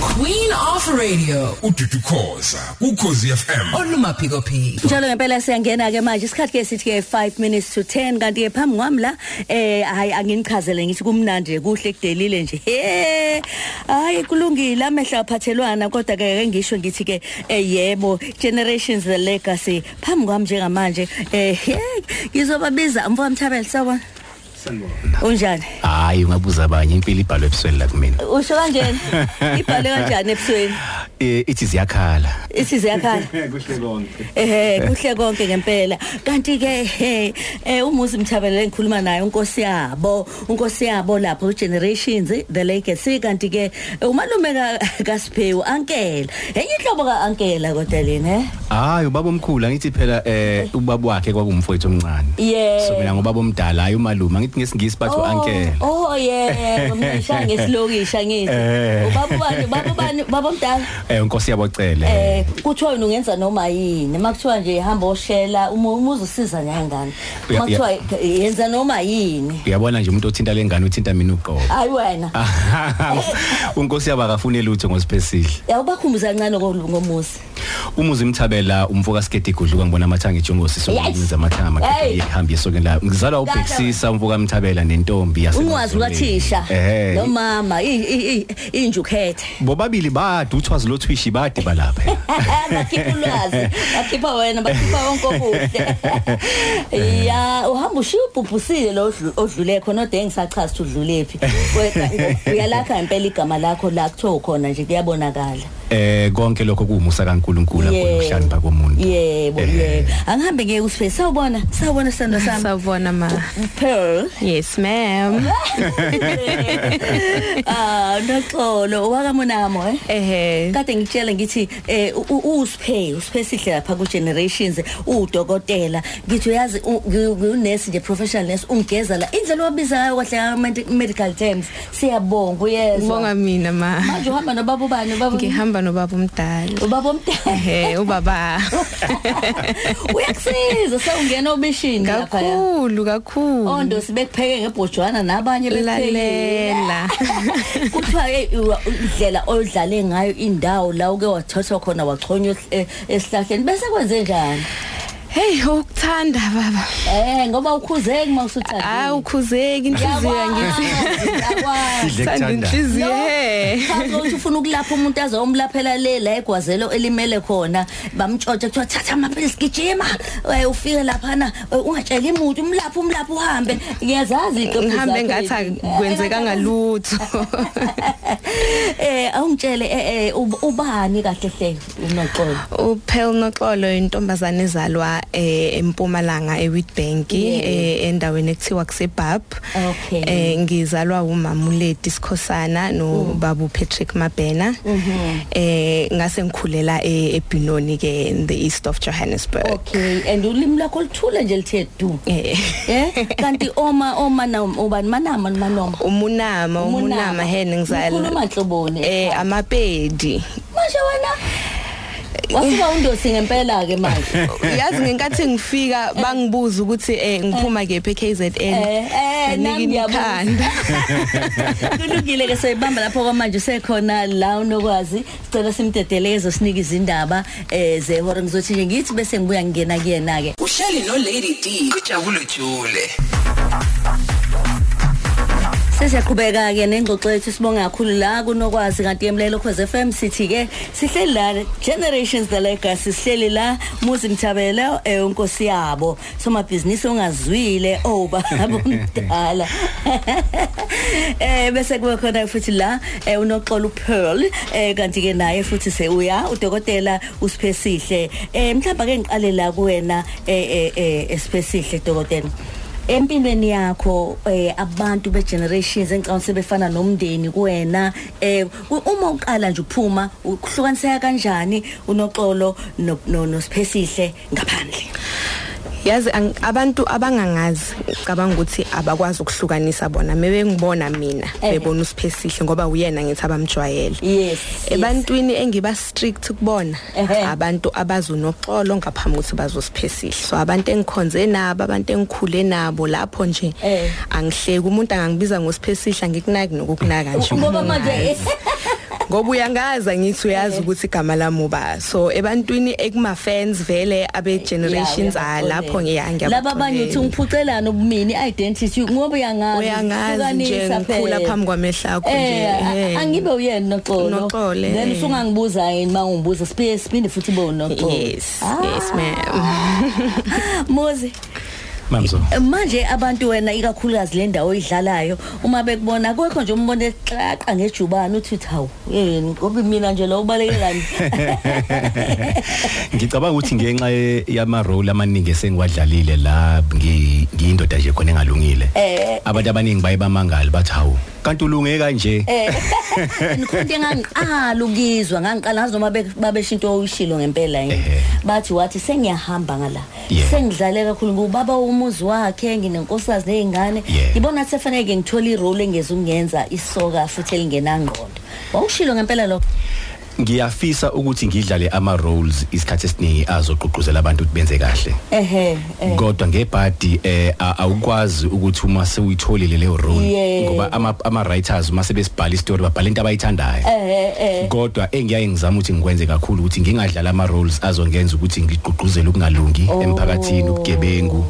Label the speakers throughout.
Speaker 1: Queen of Radio
Speaker 2: ududukhoza ukhosi FM
Speaker 1: olumaphiko phiko
Speaker 3: njalo ngempela siyangena ke manje isikhathi ke sithi ke 5 minutes to 10 kanti ke phambi kwami la eh hayi anginichazele ngithi kumnandi nje kuhle kudelile nje he hayi kulungile amehla aphathelwana kodwa ke ke ngisho ngithi ke eh, yebo generations the legacy phambi kwami njengamanje eh he ngizobabiza mfowethu Mthabeli sawona unjani
Speaker 4: hayi ungabuza abanye impilo ibhalwe ebusweni la kumina
Speaker 3: usho kanjeni ibhale kanjani ebusweni
Speaker 4: Eh, ithi ziyakhala
Speaker 3: isize yakhala
Speaker 5: Eh, kuhle konke
Speaker 3: ehe kuhle konke ngempela kanti ke he eh umuzi mthabelele ngikhuluma naye unkosi yabo unkosi yabo lapho generations the legacy kanti ke umalume ka Kasiphewu ankela enye inhlobo eh? ka ankela kodwa lena he
Speaker 4: hayi ubaba omkhulu angithi phela eh ubaba wakhe kwakumfowethu omncane
Speaker 3: Yeah.
Speaker 4: so mina ngobaba omdala hayi umalume angithi ngesingisi bathi uankele
Speaker 3: Oh oh, yebo ngisha ngesilokisha ngithi
Speaker 4: Eh.
Speaker 3: ubaba bani ubaba bani baba mdala
Speaker 4: eh unkosi yabocele
Speaker 3: eh kuthiwa wena ungenza noma yini makuthiwa nje hamba oshela uma umuzi usiza ngani
Speaker 4: Ya-
Speaker 3: makuthiwa yenza noma yini
Speaker 4: uyabona nje umuntu othinta lengane uthinta mina uqobo
Speaker 3: hayi wena
Speaker 4: unkosi yaba akafuni lutho ngosiphesihle
Speaker 3: yawubakhumbuza kancane ngomuzi
Speaker 4: umuzi mthabela umfoka sketi igudluka ngibona amathanga ejongo
Speaker 3: Yes.
Speaker 4: sisongenza amathanga amakhekhe
Speaker 3: Hey.
Speaker 4: ihambe esokeni la ngizalwa ubhekisisa umfoka mthabela nentombi yase
Speaker 3: unqwazi ukathisha
Speaker 4: eh
Speaker 3: nomama i- i- i- injukhethe
Speaker 4: bobabili bade uthwazi lothwishi bade balapha
Speaker 3: bakhipha ulwazi bakhipha wena bakhipha wonke okuhle ya uhamba ushiya ubhubhusile lo odlu- odlule khona ode ngisachaza ukuthi udlule phi Wena ngo- uyalakha ngempela igama lakho la kuthiwa khona nje kuyabonakala
Speaker 4: eh konke lokho kuumusa kaNkuluNkulu
Speaker 3: Yeah.
Speaker 4: akuhlanipha komuntu
Speaker 3: yebo yebo angihambe ngeke usife sawubona sawubona sando sami
Speaker 6: Sawubona ma.
Speaker 3: pearl
Speaker 6: Yes ma'am.
Speaker 3: ah noxolo wakamonamo eh
Speaker 6: Ehhe.
Speaker 3: kade ngitshela ngithi eh u- u- usiphe usiphe sihle lapha ku generations udokotela ngithi uyazi u- ngi- ngi- unurse nje professional nurse ungeza la indlela obizayo kahle nga med- medical terms siyabonga
Speaker 6: Ngibonga
Speaker 3: uyezwa
Speaker 6: mina ma.
Speaker 3: manje uhamba nobaba ubani ubaba
Speaker 6: Ngihamba nobaba umdala.
Speaker 3: ubaba omdala
Speaker 6: Ehhe ubaba.
Speaker 3: uyakusiza sewungena obishini lapha ya
Speaker 6: Kakhulu kakhulu.
Speaker 3: ondo sibekupheke ngebhojwana nabanye bephekile
Speaker 6: Lalela.
Speaker 3: kuthiwa eh, u- indlela odlale ngayo indawo la uke wathathwa khona wachonywa eh, esihlahleni bese kwenze njani
Speaker 6: Hey ukuthanda baba.
Speaker 3: Eh ngoba ukhuzeki mawusuthathile.
Speaker 6: Ah, Awukhuzeki inhliziyo ngithi.
Speaker 3: ngiyakwazi.
Speaker 4: Sidle
Speaker 6: Sanda
Speaker 4: kuthanda.
Speaker 6: inhliziyo.
Speaker 3: No.
Speaker 6: Ehhe.
Speaker 3: Chaza ukuthi ufuna ukulapha umuntu azomlaphela le la egwazelo elimele khona bamtshotshe kuthiwa thatha amaphilisi gijima eh, ufike laphana eh, ungatsheli umuntu umlapha umlapha uhambe ngiyazazi Eh, iqephu
Speaker 6: Ngihambe
Speaker 3: zakho
Speaker 6: ngathi
Speaker 3: lezi.
Speaker 6: akwenzeka ngalutho.
Speaker 3: eh awungitshele eh, eh, ub- ubani kahle hle unoxolo
Speaker 6: uPhel Noxolo intombazane ezalwa eh, eMpumalanga eWitbank
Speaker 3: Yeah.
Speaker 6: eh, endaweni ekuthiwa kuseBab.
Speaker 3: Okay.
Speaker 6: Eh ngizalwa umamuleti Sikhosana
Speaker 3: Mm.
Speaker 6: nobabu Patrick Mabena.
Speaker 3: Mm-hmm.
Speaker 6: Eh ngase ngikhulela e- eBinoni ke in the east of Johannesburg.
Speaker 3: okay and ulimi lakho lithule nje lithe du
Speaker 6: Eh
Speaker 3: eh kanti oma oma na ubani manama manoma
Speaker 6: umunama umunama he
Speaker 3: Ukhuluma
Speaker 6: ngizalwa
Speaker 3: nhloboni.
Speaker 6: eh amapedi
Speaker 3: manje wena wasuka undosi ngempela ke manje.
Speaker 6: yazi ngenkathi ngifika bangibuza ukuthi eh ngiphuma kephi KZN
Speaker 3: Eh eh nami
Speaker 6: Nginika
Speaker 3: ngiyabuza.
Speaker 6: ikhanda.
Speaker 3: Kulungile ke soyibamba lapho kwamanje sekhona la unokwazi sicela simdedelezo sinike izindaba eh zehora ngizothi nje ngithi bese ngibuya ngena kuyena ke.
Speaker 1: uhleli no Lady D kujabulo Jule
Speaker 3: Sesiyaqhubeka ke nengxoxo yethu sibonga kakhulu la kunokwazi kanti emlelo Khoze FM sithi ke sihleli la Generations the Legacy sihleli la Muzi Mthabela eh, unkosi yabo somabhizinisi ongazwile oh, oba abomdala eh bese kuba khona futhi la eh, unoxola uPearl eh kanti ke naye futhi seuya udokotela uSiphesihle eh mhlamba ke ngiqale la kuwena eh eh, eh Siphesihle dokotela empilweni yakho eh abantu begenerations engicabanga sebefana nomndeni kuwena eh u- uma uqala nje uphuma ukuhlukaniseka kanjani unoxolo no- no- nosiphesihle ngaphandle
Speaker 6: yazi ang- abantu abangangazi cabanga ukuthi abakwazi ukuhlukanisa bona mebe ngibona mina
Speaker 3: Eh.
Speaker 6: bebona usiphesihle ngoba uyena ngithi abamjwayele
Speaker 3: yes
Speaker 6: ebantwini engiba strict kubona
Speaker 3: Ehhe.
Speaker 6: abantu abazunoxolo ngaphambi ukuthi bazosiphesihle so abantu engikhonze nabo abantu engikhule nabo lapho nje
Speaker 3: Eh.
Speaker 6: angihleki umuntu angangibiza ngosiphesihle angikunaki nokukunaka nje
Speaker 3: ngoba
Speaker 6: umuntu
Speaker 3: manje
Speaker 6: ongazi. ngoba uyangaza ngithi
Speaker 3: Eh.
Speaker 6: uyazi ukuthi igama lami uba so ebantwini ekuma fans vele abe generations
Speaker 3: Eh, Yeah,
Speaker 6: alapho
Speaker 3: uyabaxolela.
Speaker 6: ngiyangiyabona
Speaker 3: laba abanye uthi ngiphucelana ubumini identity ngoba uyangazi
Speaker 6: Uyangazi nje,
Speaker 3: hlukanisa
Speaker 6: ngikhula
Speaker 3: phela.
Speaker 6: phambi kwamehlo akho nje,
Speaker 3: Eh, a-
Speaker 6: eh.
Speaker 3: angibe uyena noxolo
Speaker 6: Noxolo,
Speaker 3: then
Speaker 6: eh.
Speaker 3: usungangibuza yini mangibuza siphinde siphinde futhi bo noxolo
Speaker 6: yes
Speaker 3: Ah,
Speaker 6: yes ma'am
Speaker 3: Muzi
Speaker 4: mamzo
Speaker 3: manje abantu wena ikakhulukazi le ndawo oyidlalayo uma bekubona kwekho nje umbono exaqa ngejubane uthi uthi hawu yini ngoba mina nje lo ubaleke kanje
Speaker 4: ngicabanga ukuthi ngenxa ye- yama-role amaningi esengiwadlalile la ngi- ngiyindoda nje khona engalungile
Speaker 3: Eh.
Speaker 4: abantu abaningi baye bamangali bathi hawu kanti ulunge
Speaker 3: Eh.
Speaker 4: kanje
Speaker 3: nikhonto engangiqala ukizwa Ah, ngangiqala ngazi noma be- babeshinto oyishilo ngempela yini
Speaker 4: Ehhe.
Speaker 3: bathi wathi sengiyahamba ngala
Speaker 4: Yeah.
Speaker 3: sengidlale kakhulu ngubaba womuzi wakhe nginenkosazi ney'ngane
Speaker 4: Yeah.
Speaker 3: ngibona ukuthi sefaneke ngithole irole engeza ukungenza isoka futhi elingenangqondo wawushilo ngempela lokho
Speaker 4: ngiyafisa ukuthi ngidlale ama-roles isikhathi esiningi azogqugquzela abantu ukuthi benze kahle
Speaker 3: ehe eh.
Speaker 4: kodwa ngebhadi eh a- awukwazi ukuthi uma sewuyitholile leyo role
Speaker 3: Yebo.
Speaker 4: ngoba ama ama writers uma sebesibhala istory babhala into abayithandayo
Speaker 3: ehe eh.
Speaker 4: kodwa engiyaye ngizama ukuthi ngikwenze kakhulu ukuthi ngingadlala ama roles azongenza ukuthi ngigqugquzele ukungalungi
Speaker 3: Oh.
Speaker 4: emphakathini ubugebengu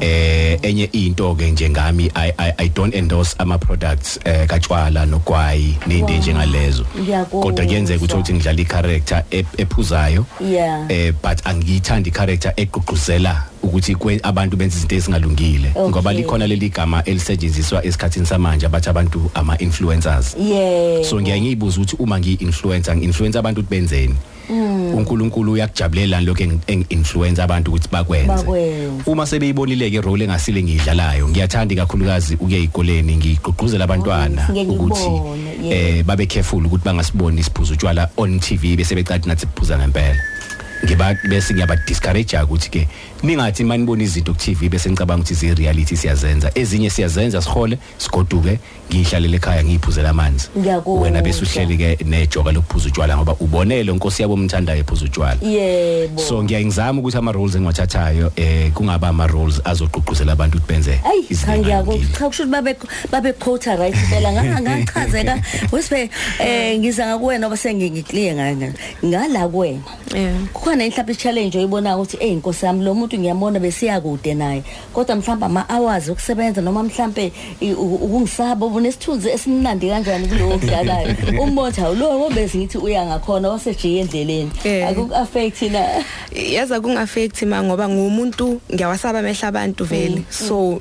Speaker 4: eh enye into ke njengami i i, I don't endorse ama products eh katshwala nogwayi nezinto njengalezo
Speaker 3: Ngiyakuzwa.
Speaker 4: kodwa kuyenzeka ukuthi uthi ngidlala i character ep- ephuzayo
Speaker 3: Yeah.
Speaker 4: eh but angiyithandi character egqugquzela ukuthi kwe- abantu benze izinto ezingalungile
Speaker 3: Okay.
Speaker 4: ngoba likhona leli gama elisetshenziswa esikhathini samanje abathi abantu ama influencers
Speaker 3: yeah
Speaker 4: so ngiyaye ngiyibuza ukuthi uma ngiyi-influencer ngi-influencer abantu ukuthi benzeni
Speaker 3: Mm.
Speaker 4: unkulunkulu uyakujabulela lokho engi- engi-influencer abantu ukuthi bakwenze
Speaker 3: Bakwenze.
Speaker 4: uma sebeyibonile-ke role engasile ngiyidlalayo ngiyathandi kakhulukazi ukuya ey'koleni ngigqugquzela abantwana
Speaker 3: ngeke
Speaker 4: ukuthi
Speaker 3: ngikubone, yeah.
Speaker 4: um babe careful ukuthi bangasiboni siphuza utshwala on TV bese becathi nathi siphuza ngempela ngiba bese ngiyabadiscourage ukuthi-ke ningathi manibona izinto ku-tv bese ngicabanga ukuthi ziyi-reality siyazenza ezinye siyazenza sihole sigoduke ngiyihlalele ekhaya ngiyiphuzele amanzi
Speaker 3: Ngiyakuzwa.
Speaker 4: wena bese uhleli-ke nejoka lokuphuza utshwala ngoba ubonele nkosi yabo omthandayo ephuza utshwala
Speaker 3: yebo
Speaker 4: so ngiyayingizama ukuthi ama-roles engiwathathayo um kungaba ama-roles azogqugquzela abantu ukuthi benze
Speaker 3: Ay
Speaker 4: izinto
Speaker 3: cha
Speaker 4: ey'ngalungile.
Speaker 3: ngiyakucha kusho babe babe quota right phela nga- ngachazeka wesibe eh ngiza ngakuwena ngoba sengingikliye ngana ngala kuwena
Speaker 6: yeah
Speaker 3: kukhona inhlapa challenge oyibonayo ukuthi eh inkosi yami lo muntu ngiyamona bese yakude naye kodwa mhlawumbe ama hours okusebenza noma mhlawumbe i- u- ukungisaba ubunesithunzi esimnandi kanjani kulowo odlalayo umbotha lo obese ngithi uya ngakhona wasejiye endleleni
Speaker 6: Eh.
Speaker 3: akuaffect na
Speaker 6: yaza kungaffect ma ngoba ngumuntu ngiyawasaba amehla abantu vele
Speaker 3: Mm,
Speaker 6: so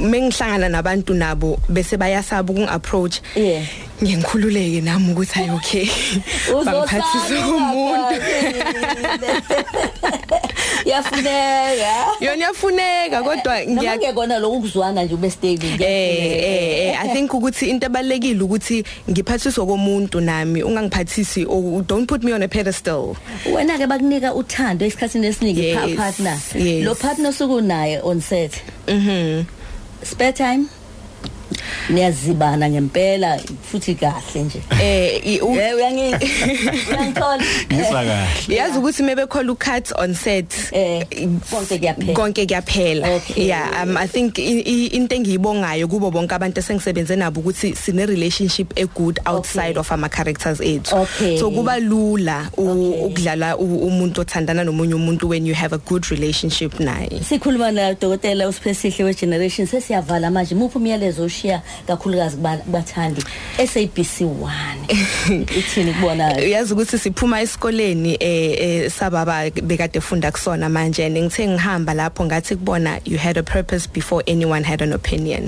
Speaker 6: mengihlangana nabantu nabo bese bayasaba ukungapproach
Speaker 3: Yeah.
Speaker 6: ngiyengikhululeke nami ukuthi hayi okay bangiphathise umuntu
Speaker 3: yafuneka
Speaker 6: yona iyafuneka kodwa
Speaker 3: noma
Speaker 6: ngiya
Speaker 3: ngekona lokhu kuzwana nje ube stable
Speaker 6: Eh eh eh, I think ukuthi into ebalekile ukuthi ngiphathiswe komuntu nami ungangiphathisi oh, don't put me on a pedestal
Speaker 3: wena ke bakunika uthando esikhathini esiningi pa
Speaker 6: Yes,
Speaker 3: partner
Speaker 6: yes.
Speaker 3: lo partner sokunaye on set
Speaker 6: mhm
Speaker 3: spare time niyazibana ngempela futhi kahle nje
Speaker 6: eh i- u-
Speaker 3: yeah uyangi uyangithola
Speaker 4: ngizwa kahle
Speaker 6: yazi ukuthi maybe call ucut on set
Speaker 3: Eh, konke kuyaphela.
Speaker 6: konke kuyaphela
Speaker 3: Okay.
Speaker 6: yeah um i think i- i- into engiyibongayo kubo bonke abantu esengisebenze nabo ukuthi sine relationship e good outside
Speaker 3: Okay.
Speaker 6: of ama characters ethu
Speaker 3: Okay.
Speaker 6: so kuba lula u-
Speaker 3: Okay.
Speaker 6: ukudlala u- umuntu othandana nomunye umuntu when you have a good relationship naye
Speaker 3: sikhuluma na dokotela usiphesihle we generation sesiyavala manje muphi umyalezo oshiya kakhulukazi kuba- kubathandi SABC 1 ithini kubona
Speaker 6: uyazi ukuthi siphuma esikoleni eh eh, sababa bekade efunda kusona manje and ngithe ngihamba lapho ngathi kubona you had a purpose before anyone had an opinion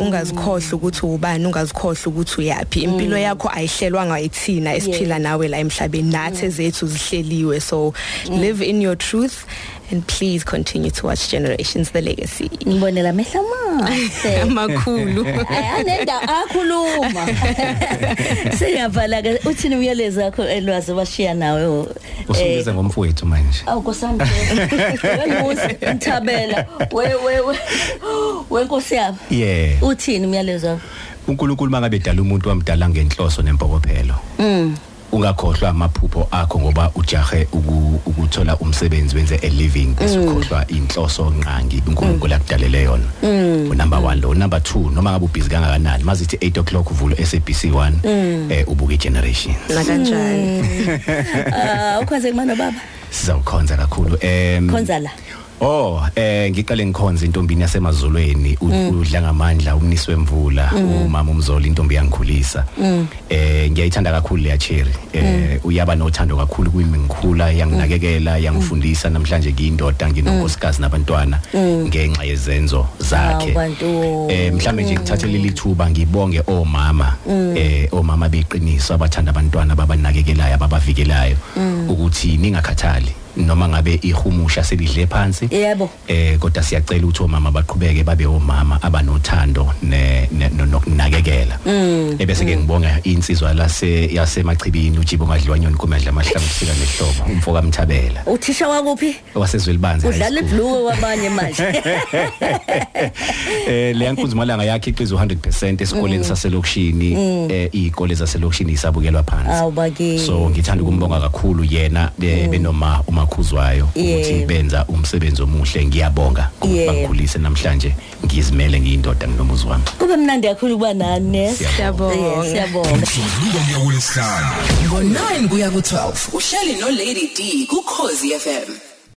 Speaker 6: ungazikhohle ukuthi ubani ungazikhohle ukuthi uyapi impilo yakho ayihlelwa ngayithina esiphila nawe la emhlabeni nathi zethu zihleliwe so live in your truth and please continue to watch generations the legacy
Speaker 3: ngibonela mehla mahle
Speaker 6: amakhulu
Speaker 3: ayanenda akhuluma siyavala ke uthini umyalezo wakho elwazi bashiya nawe oh, eh,
Speaker 4: usungize ngomfowethu manje
Speaker 3: awu nkosami wemuzi mthabela we- we- we- wenkosi yami
Speaker 4: yeah
Speaker 3: uthini umyalezo wakho
Speaker 4: uNkulunkulu mangabe edala umuntu wamdala ngenhloso nempokophelo. Mm. ungakhohlwa amaphupho akho ngoba ujahe uku- ukuthola umsebenzi wenze a living esukhohlwa inhloso nqangi uNkulunkulu akudalele yona unumber 1 lo number 2 noma ngabe ubhizi kangakanani mazithi 8 o'clock uvula SABC 1 eh ubuka igenerations
Speaker 6: nakanjani
Speaker 3: Ah, ukhonze kumana baba?
Speaker 4: sizawukhonza kakhulu em
Speaker 3: Khonza la.
Speaker 4: Oh eh ngiqale ngikhonza intombini yasemazulweni u- udla ngamandla umnisi wemvula umama umzolo intombi yangikhulisa eh ngiyayithanda kakhulu leya cherry eh uyaba nothando kakhulu kimi ngikhula yanginakekela yangifundisa namhlanje ngiyindoda nginonkosikazi nabantwana ngenxa yezenzo
Speaker 3: Hawu,
Speaker 4: zakhe
Speaker 3: bantu.
Speaker 4: eh mhlambe nje ngithathe leli thuba ngibonge omama eh omama beqiniso abathanda abantwana babanakekelayo ababavikelayo ukuthi ningakhathali noma ngabe ihumusha selidle phansi
Speaker 3: Yebo.
Speaker 4: eh kodwa siyacela ukuthi omama baqhubeke babe omama abanothando ne ne- no- nokunakekela
Speaker 3: Mm.
Speaker 4: ebese ke ngibonga insizwa lase yasemachibini uJibo ngadliwanyoni kumandla amahlamvu sika nehlobo umfo kaMthabela
Speaker 3: Uthisha wakuphi?
Speaker 4: wasezwelibanzi High
Speaker 3: Udlala
Speaker 4: School.
Speaker 3: ibhlue wabanye manje.
Speaker 4: eh leya nkunzimalanga yakhe iqiza 100%
Speaker 3: Mm.
Speaker 4: esikoleni saselokishini eh izikole zaselokishini isabukelwa
Speaker 3: Awu
Speaker 4: phansi
Speaker 3: baki.
Speaker 4: so ngithanda ukumbonga kakhulu yena be- benoma umakhuzwayo ukuthi
Speaker 3: Yebo.
Speaker 4: benza umsebenzi omuhle ngiyabonga ngoba
Speaker 3: Yebo.
Speaker 4: bangikhulise namhlanje ngizimele ngiyindoda nginomuzi wami
Speaker 3: Kube mnandi kakhulu kuba nani. ne? Yeah,
Speaker 6: siyabonga
Speaker 3: Siyabonga.
Speaker 2: Luba ngiyawulesihlanu.
Speaker 1: ngo-9 kuya ku-12 uhleli nolady d kukhozi fm